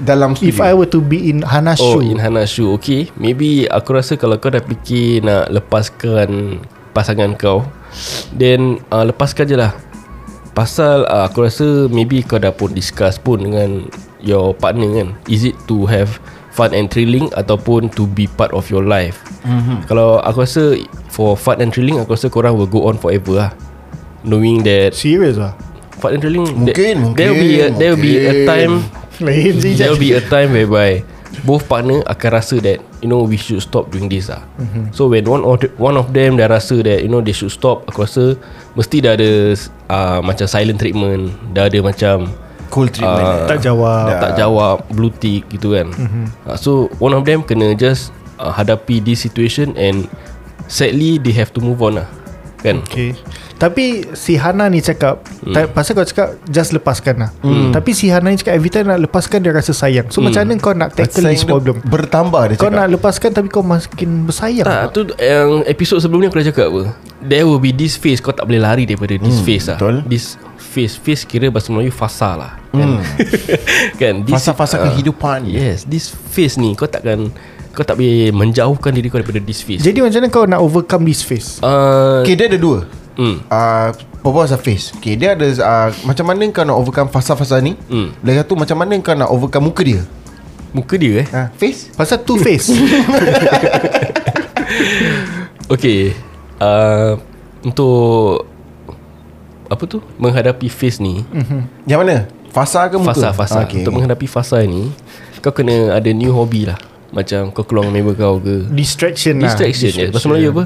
[SPEAKER 2] Dalam
[SPEAKER 3] If I were to be in Hana
[SPEAKER 4] Oh,
[SPEAKER 3] shoe
[SPEAKER 4] in Hana shoe. Okay, maybe aku rasa kalau kau dah fikir nak lepaskan pasangan kau, then uh, lepaskan je lah. Pasal uh, aku rasa maybe kau dah pun discuss pun dengan your partner kan. Is it to have fun and thrilling ataupun to be part of your life?
[SPEAKER 2] Mhm.
[SPEAKER 4] Mm-hmm. Kalau aku rasa for fun and thrilling, aku rasa korang will go on forever lah. Knowing that
[SPEAKER 3] Serious lah
[SPEAKER 4] fun and thrilling,
[SPEAKER 2] Mungkin,
[SPEAKER 4] that, there will be a, there will be a
[SPEAKER 2] mungkin.
[SPEAKER 4] time
[SPEAKER 3] Lain je
[SPEAKER 4] There will be a time whereby both partner akan rasa that you know we should stop doing this lah. Mm-hmm. So when one of the, one of them dah rasa that you know they should stop, aku rasa mesti dah ada uh, macam silent treatment, dah ada macam
[SPEAKER 2] Cool treatment
[SPEAKER 3] Tak jawab
[SPEAKER 4] uh, tak jawab blue tick gitu kan. Mm-hmm. Uh, so one of them kena just uh, hadapi this situation and sadly they have to move on lah. Kan?
[SPEAKER 3] Okay Tapi si Hana ni cakap
[SPEAKER 4] Hmm.
[SPEAKER 3] ta- Pasal kau cakap Just lepaskan lah Tapi si Hana ni cakap Every time nak lepaskan Dia rasa sayang So
[SPEAKER 4] Hmm.
[SPEAKER 3] macam mana kau nak tackle
[SPEAKER 2] Sayang
[SPEAKER 3] this
[SPEAKER 2] dia
[SPEAKER 3] problem
[SPEAKER 2] Bertambah dia
[SPEAKER 3] Kau
[SPEAKER 2] cakap
[SPEAKER 3] nak lepaskan Tapi kau makin bersayang
[SPEAKER 4] Tak, tu yang episod sebelum ni aku dah cakap apa. There will be this phase kau tak boleh lari daripada this phase lah.
[SPEAKER 2] Hmm, betul.
[SPEAKER 4] This phase phase kira bahasa Melayu fasa lah. Kan. kan this
[SPEAKER 2] Hmm. Fasa-fasa
[SPEAKER 4] ah,
[SPEAKER 2] kehidupan.
[SPEAKER 4] Yes, this phase ni kau takkan kau tak boleh menjauhkan diri kau daripada this phase.
[SPEAKER 3] Jadi macam mana kau nak overcome this phase
[SPEAKER 4] Uh,
[SPEAKER 2] Okay dia ada dua
[SPEAKER 4] Hmm.
[SPEAKER 2] uh, Purpose of face Okay dia ada uh, Macam mana kau nak overcome Fasa-fasa ni
[SPEAKER 4] Hmm.
[SPEAKER 2] Lagi satu macam mana kau nak overcome Muka dia
[SPEAKER 4] muka dia eh.
[SPEAKER 2] uh, Face
[SPEAKER 3] Pasal two face
[SPEAKER 4] Okay. Uh, untuk apa tu? Menghadapi phase ni.
[SPEAKER 2] Yang mana Fasa ke Hmm. muka
[SPEAKER 4] Fasa Fasa
[SPEAKER 2] Ah, okay.
[SPEAKER 4] Untuk menghadapi fasa ni Kau kena ada new hobby lah Macam kau keluar dengan member kau ke
[SPEAKER 3] Distraction lah
[SPEAKER 4] Ah, Distraction yes. Bahasa Melayu apa?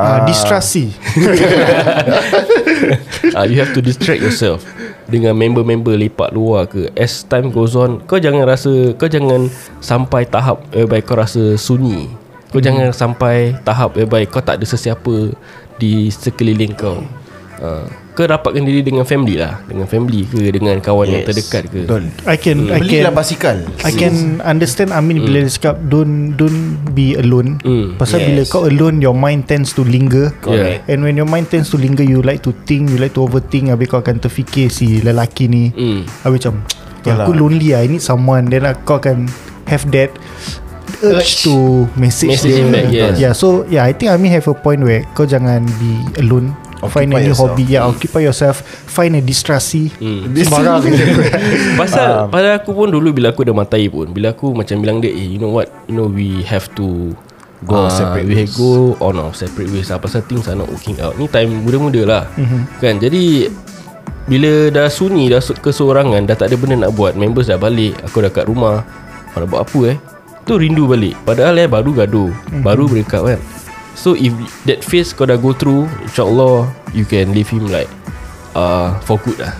[SPEAKER 3] Ah, Distrasi
[SPEAKER 4] Ah, uh, you have to distract yourself dengan member-member lepak luar ke as time goes on kau jangan rasa kau jangan sampai tahap whereby kau rasa sunyi kau hmm. jangan sampai tahap whereby kau tak ada sesiapa di sekeliling kau uh, kau rapatkan diri dengan family lah dengan family ke dengan kawan yes. yang terdekat ke
[SPEAKER 2] Betul
[SPEAKER 3] I can I
[SPEAKER 2] Eh,
[SPEAKER 3] can
[SPEAKER 2] Belilah basikal
[SPEAKER 3] I can understand Amin mm. bila dia cakap don't don't be alone.
[SPEAKER 4] Mm.
[SPEAKER 3] Pasal yes.
[SPEAKER 5] Yes.
[SPEAKER 3] bila kau alone your mind tends to linger.
[SPEAKER 4] Correct.
[SPEAKER 3] And when your mind tends to linger you like to think, you like to overthink habis kau akan terfikir si lelaki ni.
[SPEAKER 4] Mm.
[SPEAKER 3] Habis macam ya, aku lonely lah I need someone Then aku akan Have that Urge
[SPEAKER 5] Urge.
[SPEAKER 3] to Message,
[SPEAKER 4] Message
[SPEAKER 3] dia
[SPEAKER 4] him back, yes.
[SPEAKER 3] Yeah so Yeah I think Amin have a point where Kau jangan be alone
[SPEAKER 2] Occupy
[SPEAKER 3] Find a new
[SPEAKER 2] yourself.
[SPEAKER 3] hobby Yeah occupy yourself Find a distrasi
[SPEAKER 4] Mm.
[SPEAKER 3] Sembarang
[SPEAKER 4] Pasal um, pada aku pun dulu bila aku dah matai pun bila aku macam bilang dia eh you know what you know we have to
[SPEAKER 2] Go our separate
[SPEAKER 4] we ways. go on our separate ways lah pasal things are not working out ni time muda-muda lah mm-hmm. kan jadi bila dah sunyi dah su- keseorangan dah tak ada benda nak buat members dah balik aku dah kat rumah "Ah, nak buat apa eh tu rindu balik padahal eh baru gaduh mm-hmm. baru break up kan so if that phase kau dah go through insyaAllah you can leave him like uh, for good lah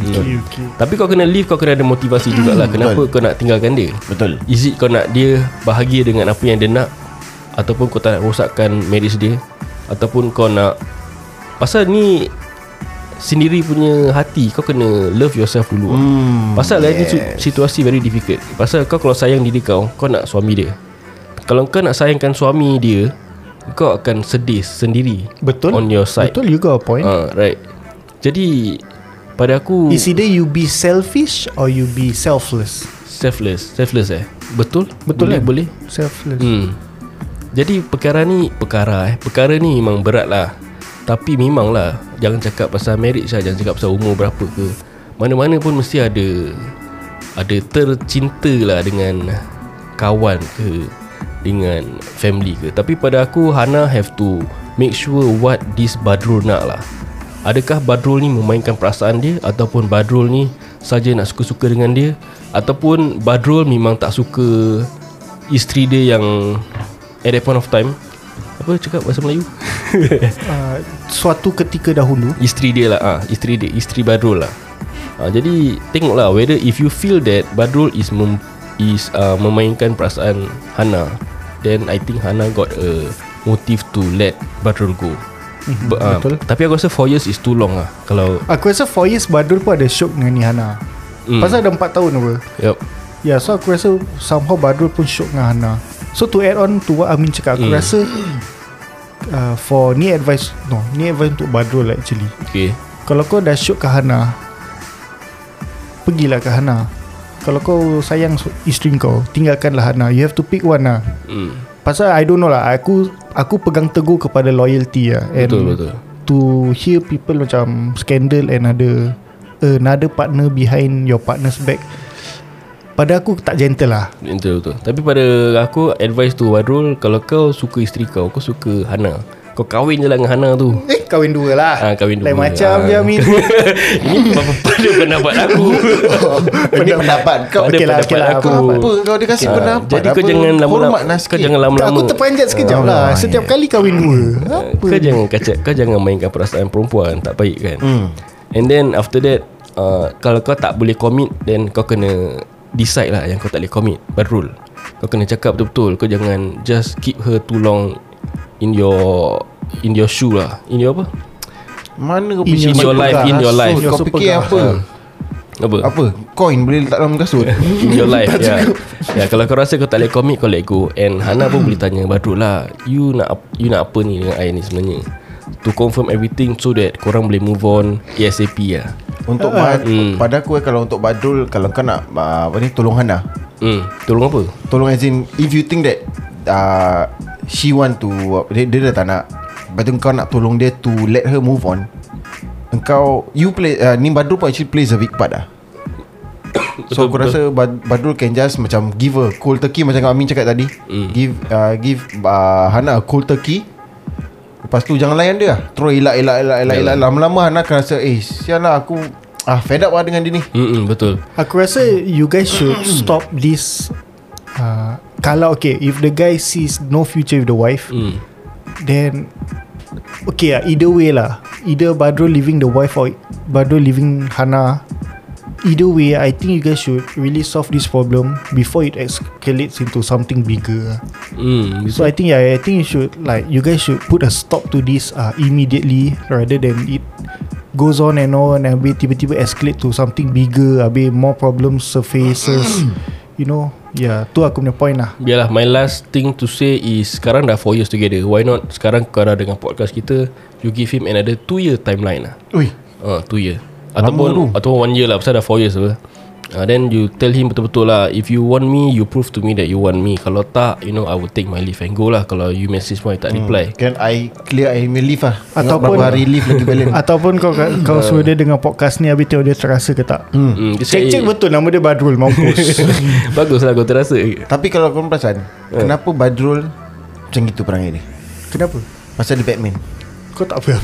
[SPEAKER 3] okay, okay.
[SPEAKER 4] tapi kau kena leave Kau kena ada motivasi jugalah Kenapa kau nak tinggalkan dia
[SPEAKER 2] Betul
[SPEAKER 4] Is it kau nak dia Bahagia dengan apa yang dia nak Ataupun kau tak nak rosakkan Marriage dia Ataupun kau nak Pasal ni Sendiri punya hati Kau kena Love yourself dulu hmm, Pasal yes. ni su- situasi Very difficult Pasal kau kalau sayang diri kau Kau nak suami dia Kalau kau nak sayangkan suami dia Kau akan sedih Sendiri
[SPEAKER 3] Betul
[SPEAKER 4] On your side
[SPEAKER 3] Betul you got a point
[SPEAKER 4] Ah, Right Jadi Pada aku
[SPEAKER 3] It's either you be selfish Or you be selfless
[SPEAKER 4] Selfless Selfless eh Betul
[SPEAKER 3] Betul
[SPEAKER 4] Boleh,
[SPEAKER 3] kan?
[SPEAKER 4] boleh.
[SPEAKER 3] Selfless
[SPEAKER 4] Hmm. Jadi perkara ni Perkara eh Perkara ni memang berat lah Tapi memang lah Jangan cakap pasal marriage lah Jangan cakap pasal umur berapa ke Mana-mana pun mesti ada Ada tercinta lah dengan Kawan ke Dengan family ke Tapi pada aku Hana have to Make sure what this Badrul nak lah Adakah Badrul ni memainkan perasaan dia Ataupun Badrul ni Saja nak suka-suka dengan dia Ataupun Badrul memang tak suka isteri dia yang at that point of time apa cakap bahasa Melayu
[SPEAKER 3] uh, Suatu ketika dahulu
[SPEAKER 4] isteri dia lah ah ha, isteri dia isteri Badrul lah ha, jadi tengoklah whether if you feel that Badrul is mem, is uh, memainkan perasaan Hana then I think Hana got a motive to let Badrul go mm-hmm, But, uh,
[SPEAKER 3] Mhm, betul.
[SPEAKER 4] tapi aku rasa 4 years is too long lah kalau
[SPEAKER 3] Aku rasa 4 years Badul pun ada shock dengan Nihana hmm.
[SPEAKER 4] Mm.
[SPEAKER 3] Pasal ada 4 tahun apa
[SPEAKER 4] yep
[SPEAKER 3] Ya yeah, so aku rasa Somehow Badul pun shock dengan Hana So to add on to what Amin cakap Aku
[SPEAKER 4] Mm.
[SPEAKER 3] rasa uh, For ni advice No ni advice untuk Badul actually
[SPEAKER 4] okay
[SPEAKER 3] Kalau kau dah shock ke Hana Pergilah ke Hana Kalau kau sayang su- isteri kau Tinggalkanlah Hana You have to pick one lah
[SPEAKER 4] mm.
[SPEAKER 3] Pasal I don't know lah Aku aku pegang teguh kepada loyalty lah And
[SPEAKER 4] betul betul
[SPEAKER 3] To hear people macam Scandal and ada Another partner behind your partner's back Pada aku tak gentle lah
[SPEAKER 4] Betul betul. Tapi pada aku advice tu Badrul kalau kau suka isteri kau, kau suka Hana. Kau kahwin je lah dengan Hana tu.
[SPEAKER 3] Eh kahwin dua lah
[SPEAKER 4] Ah, kahwin dua.
[SPEAKER 3] Lain macam
[SPEAKER 4] Ah.
[SPEAKER 3] je Amin
[SPEAKER 4] Ini pada pendapat aku.
[SPEAKER 2] Ini pendapat kau
[SPEAKER 4] Pada
[SPEAKER 3] okay lah,
[SPEAKER 4] pendapat
[SPEAKER 3] okay lah.
[SPEAKER 4] aku.
[SPEAKER 2] Apa kau dia kasih
[SPEAKER 4] Ah,
[SPEAKER 2] pendapat
[SPEAKER 4] Jadi kau
[SPEAKER 2] apa?
[SPEAKER 4] jangan lama-lama
[SPEAKER 2] Hormat nasi
[SPEAKER 4] Kau jangan lama-lama
[SPEAKER 3] Aku terpanjat sekejap lah Setiap kali kahwin dua
[SPEAKER 4] Ah.
[SPEAKER 3] Apa
[SPEAKER 4] Kau jangan kacak Kau jangan mainkan perasaan perempuan Tak baik kan hmm. And then after that uh, Kalau kau tak boleh commit Then kau kena Decide lah Yang kau tak boleh commit Badrul Kau kena cakap betul-betul Kau jangan Just keep her too long In your In your shoe lah In your apa
[SPEAKER 2] Mana kau
[SPEAKER 3] In
[SPEAKER 2] punya
[SPEAKER 3] your
[SPEAKER 2] pegang
[SPEAKER 4] life, in your
[SPEAKER 2] kasut?
[SPEAKER 4] life.
[SPEAKER 2] Kau
[SPEAKER 3] Your
[SPEAKER 2] fikir
[SPEAKER 3] super
[SPEAKER 2] apa
[SPEAKER 4] Ah. Apa
[SPEAKER 2] Apa Coin boleh letak dalam kasut
[SPEAKER 4] In your life ya. ya Kalau kau rasa kau tak boleh commit Kau let go And Hana pun boleh tanya Badrul lah You nak ap- you nak apa ni Dengan I ni sebenarnya To confirm everything So that korang boleh move on ASAP lah
[SPEAKER 2] Untuk uh, Pada aku eh, Kalau untuk Badrul Kalau kau nak uh, Apa ni Tolong Hana
[SPEAKER 4] hmm. Tolong apa
[SPEAKER 2] Tolong as in If you think that uh, She want to dia, dia dah tak nak Lepas tu kau nak tolong dia To let her move on Engkau You play uh, Ni Badrul pun actually plays a big part lah So aku rasa Bad- Badrul can just Macam give a cold turkey Macam Kak Amin cakap tadi Give uh, Give uh, Hana a cold turkey Lepas tu jangan layan dia lah Terus elak elak elak elak, elak. Lama-lama Hana akan rasa Eh sial lah aku Ah fed up lah dengan dia ni
[SPEAKER 4] Mm-mm, Hmm, Betul
[SPEAKER 3] Aku rasa you guys should stop this uh, Kalau okay If the guy sees no future with the wife
[SPEAKER 4] mm.
[SPEAKER 3] Then ah, Okay lah Either way lah Either Badrul leaving the wife Or Badrul leaving Hana either way, I think you guys should really solve this problem before it escalates into something bigger.
[SPEAKER 4] Hmm.
[SPEAKER 3] So I think yeah, I think you should like you guys should put a stop to this uh, immediately rather than it goes on and on and habis tiba-tiba escalate to something bigger, habis more problems surfaces. you know, yeah, tu aku punya point lah.
[SPEAKER 4] Biarlah my last thing to say is Sekarang dah 4 years together Why not Sekarang kau dah dengan podcast kita You give him another 2 year timeline lah
[SPEAKER 2] Ui
[SPEAKER 4] uh, 2 year Ataupun Ataupun 1 year lah Pasal dah 4 years apa uh, Then you tell him betul-betul lah If you want me You prove to me that you want me Kalau tak You know I will take my leave and go lah Kalau you message pun
[SPEAKER 3] Hmm.
[SPEAKER 4] I tak reply
[SPEAKER 2] Can I clear I may leave lah Tengok
[SPEAKER 3] Ataupun-
[SPEAKER 2] berapa hari leave lagi
[SPEAKER 4] Hmm.
[SPEAKER 2] balance
[SPEAKER 3] Ataupun kau kau suruh dia dengan podcast ni habis tengok dia terasa ke tak.
[SPEAKER 4] hmm. dia cakap,
[SPEAKER 3] Cek-cek
[SPEAKER 4] eh,
[SPEAKER 3] betul nama dia Badrul mampus.
[SPEAKER 4] Bagus lah kau terasa
[SPEAKER 2] Tapi kalau korang perasan Kenapa Badrul Macam gitu perangai dia
[SPEAKER 3] Kenapa?
[SPEAKER 2] Pasal dia Batman
[SPEAKER 3] Kau tak apa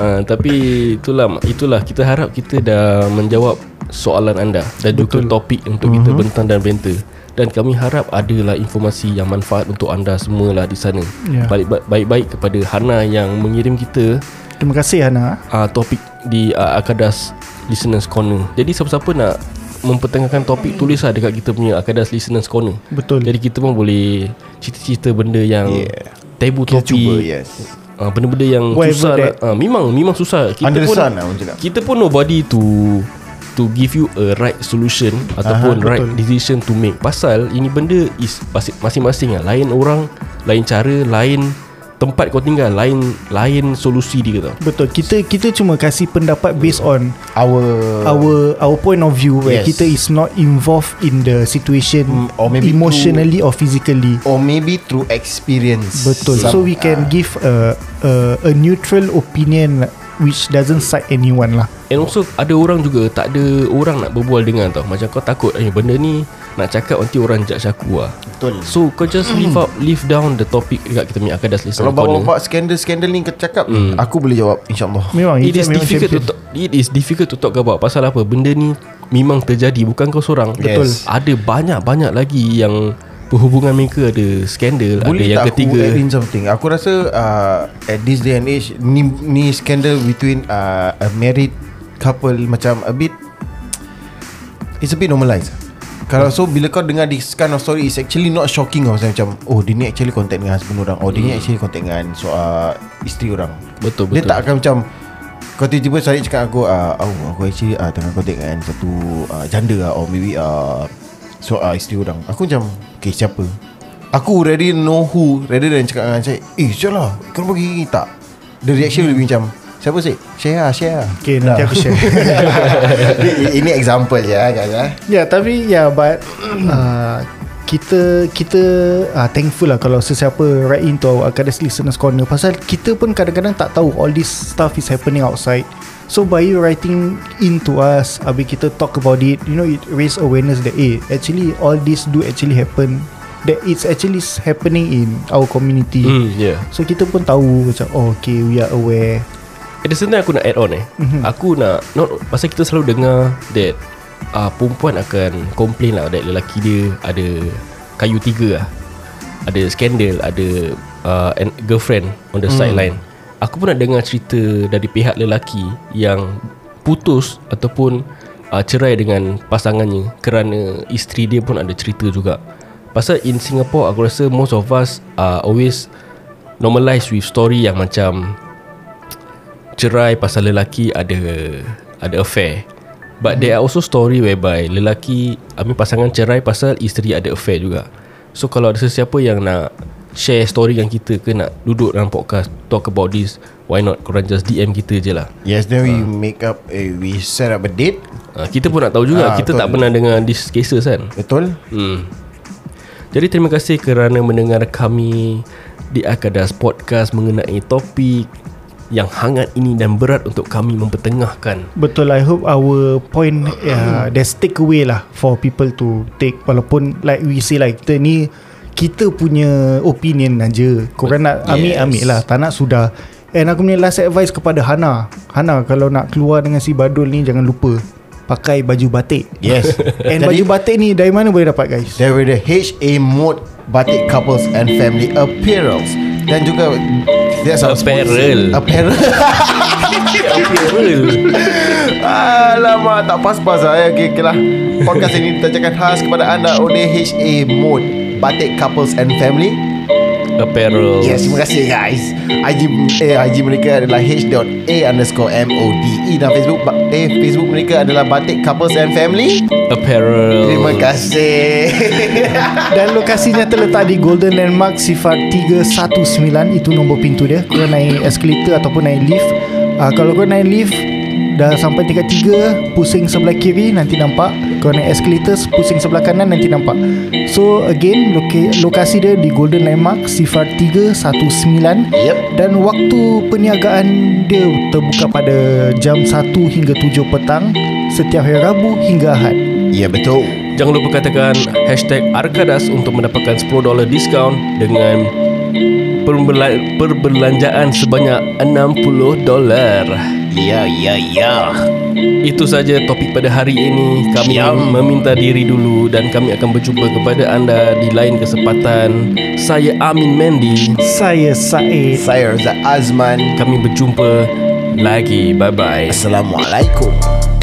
[SPEAKER 4] uh, Tapi itulah Itulah kita harap kita dah menjawab Soalan anda Dan Betul. juga topik untuk kita
[SPEAKER 3] Hmm.
[SPEAKER 4] bentang dan benter dan kami harap adalah informasi yang manfaat untuk anda semualah di sana.
[SPEAKER 3] Ya.
[SPEAKER 4] Baik- Baik-baik kepada Hana yang mengirim kita
[SPEAKER 3] Terima kasih Hana.
[SPEAKER 4] uh, topik di uh, Akadas Listeners Corner. Jadi siapa-siapa nak mempertengahkan topik tulis lah dekat kita punya Akadas Listeners Corner.
[SPEAKER 3] Betul.
[SPEAKER 4] Jadi kita pun boleh cerita-cerita benda yang yeah.
[SPEAKER 2] Yeah.
[SPEAKER 4] tabu
[SPEAKER 2] Kita
[SPEAKER 4] topik.
[SPEAKER 2] cuba yes
[SPEAKER 4] Uh, benda-benda yang
[SPEAKER 3] Whatever
[SPEAKER 4] susah
[SPEAKER 3] that.
[SPEAKER 4] nak, uh, memang memang susah. Kita
[SPEAKER 2] Under the
[SPEAKER 4] pun
[SPEAKER 2] sun lah orang cakap
[SPEAKER 4] kita pun nobody to to give you a right solution ataupun Aha, right decision to make. Pasal ini benda is pasi- masing-masing lah. Lain orang, lain cara, lain tempat kau tinggal, lain lain solusi dia tau.
[SPEAKER 3] Betul. Kita kita cuma kasih pendapat based on
[SPEAKER 2] Our
[SPEAKER 3] our our point of view where
[SPEAKER 2] Yes.
[SPEAKER 3] kita is not involved in the situation
[SPEAKER 2] Mm, or maybe
[SPEAKER 3] emotionally or physically.
[SPEAKER 2] Or Oh, maybe through experience
[SPEAKER 3] Betul.
[SPEAKER 2] Some- ah.
[SPEAKER 3] so we can give a, a a neutral opinion which doesn't side anyone lah.
[SPEAKER 4] And also ada orang juga tak ada orang nak berbual dengan tau. Macam kau takut eh benda ni nak cakap nanti orang judge aku lah.
[SPEAKER 2] Betul Hmm.
[SPEAKER 4] So kau just leave up leave down the topic dekat kita punya akadas listener
[SPEAKER 2] Kalau
[SPEAKER 4] corner.
[SPEAKER 2] bapak-bapak skandal-skandal ni kau cakap Aku boleh jawab InsyaAllah
[SPEAKER 3] Memang
[SPEAKER 4] It is
[SPEAKER 3] memang
[SPEAKER 4] difficult to
[SPEAKER 3] champion.
[SPEAKER 4] talk, it is difficult to talk about pasal apa benda ni memang terjadi bukan kau seorang.
[SPEAKER 2] Betul.
[SPEAKER 4] Ada banyak-banyak lagi yang berhubungan mereka ada skandal, ada
[SPEAKER 2] Boleh
[SPEAKER 4] yang
[SPEAKER 2] tak
[SPEAKER 4] ketiga.
[SPEAKER 2] aku add in something Aku rasa uh, At this day and age Ni, ni scandal between uh, A married couple Macam a bit It's a bit normalised kalau so bila kau dengar this kind of story It's actually not shocking tau Macam, macam Oh dia ni actually contact dengan husband orang Oh dia ni actually contact dengan so, uh, Isteri orang
[SPEAKER 4] Hmm. Betul,
[SPEAKER 2] Dia
[SPEAKER 4] betul.
[SPEAKER 2] tak akan macam Kau tiba-tiba Syarif cakap aku uh, oh, Aku actually uh, tengah contact dengan satu uh, janda lah Or maybe uh, So uh, isteri orang Aku macam Okay siapa Aku already know who Rather than cakap dengan Syarif Eh siap lah Kenapa pergi Tak The reaction lebih macam Siapa sih? Share lah, share lah
[SPEAKER 3] Okay, nanti aku share.
[SPEAKER 2] Ini- Ini example je lah guys eh.
[SPEAKER 3] Ya yeah, tapi ya yeah, but uh, kita kita uh, thankful lah kalau sesiapa write into our Akadas Listeners Corner pasal kita pun kadang-kadang tak tahu all this stuff is happening outside. So by you writing into us, abi kita talk about it, you know it raise awareness that eh actually all this do actually happen that it's actually happening in our community.
[SPEAKER 4] Hmm, yeah.
[SPEAKER 3] So kita pun tahu macam oh, okay we are aware.
[SPEAKER 4] At the same time aku nak add on eh mm-hmm. Aku nak not, Pasal kita selalu dengar That uh, Perempuan akan Complain lah That lelaki dia Ada Kayu tiga lah Ada skandal Ada uh, an, Girlfriend On the mm. sideline Aku pun nak dengar cerita Dari pihak lelaki Yang Putus Ataupun uh, Cerai dengan Pasangannya Kerana Isteri dia pun ada cerita juga Pasal in Singapore Aku rasa most of us Are always Normalize with story yang macam cerai pasal lelaki ada ada affair. But there are also story whereby lelaki I mean pasangan cerai pasal isteri ada affair juga. So kalau ada sesiapa yang nak share story dengan kita ke nak duduk dalam podcast talk about this, why not korang just DM kita je lah.
[SPEAKER 2] Yes then we make up eh, We set up a date
[SPEAKER 4] Uh, kita pun nak tahu
[SPEAKER 2] Ah,
[SPEAKER 4] juga kita
[SPEAKER 2] betul.
[SPEAKER 4] tak pernah dengar these cases kan.
[SPEAKER 2] Betul
[SPEAKER 4] Hmm. Jadi terima kasih kerana mendengar kami di Akadas Podcast mengenai topik yang hangat ini dan berat untuk kami mempertengahkan.
[SPEAKER 3] Betul lah, I hope our point uh, There's takeaway lah For people to take Walaupun Like we say like Kita ni Kita punya Opinion aja Korang nak
[SPEAKER 4] Yes.
[SPEAKER 3] ambil-ambil lah Tak nak sudah And aku punya last advice Kepada Hana Hana kalau nak keluar Dengan si Badul ni Jangan lupa Pakai baju batik
[SPEAKER 2] Yes Jadi-
[SPEAKER 3] And baju batik ni Dari mana boleh dapat guys
[SPEAKER 2] There were the HA mode batik couples and family apparels. dan juga there's a
[SPEAKER 4] Apparel.
[SPEAKER 2] apparel Alamak tak pas-pas lah eh. okay, okay lah Podcast ini ditajakan khas kepada anda oleh HA Mode Batik Couples and Family
[SPEAKER 4] Apparel.
[SPEAKER 2] Yes, terima kasih guys. IG eh, IG mereka adalah h.a underscore m-o-d-e dan Facebook ba- eh Facebook mereka adalah Batik Couples and Family.
[SPEAKER 4] Apparel.
[SPEAKER 2] Terima kasih.
[SPEAKER 3] Dan lokasinya terletak di Golden Landmark Sifar 319 Itu nombor pintu dia Kau naik eskalator ataupun naik lift uh, Kalau kau naik lift Dah sampai tingkat 3 Pusing sebelah kiri Nanti nampak Kau naik eskalator Pusing sebelah kanan Nanti nampak So again loka- Lokasi dia di Golden Landmark Sifar 319
[SPEAKER 2] Yep.
[SPEAKER 3] dan waktu perniagaan dia terbuka pada jam 1 hingga 7 petang setiap hari Rabu hingga Ahad.
[SPEAKER 2] ya betul.
[SPEAKER 4] Jangan lupa katakan hashtag Arkadas untuk mendapatkan $10 diskaun dengan perbela- perbelanjaan sebanyak $60.
[SPEAKER 2] Ya ya ya.
[SPEAKER 4] Itu saja topik pada hari ini. Kami meminta diri dulu dan kami akan berjumpa kepada anda di lain kesempatan. Saya Amin Mendy.
[SPEAKER 3] Saya Said.
[SPEAKER 2] Saya Razak Azman.
[SPEAKER 4] Kami berjumpa lagi. Bye-bye.
[SPEAKER 2] Assalamualaikum.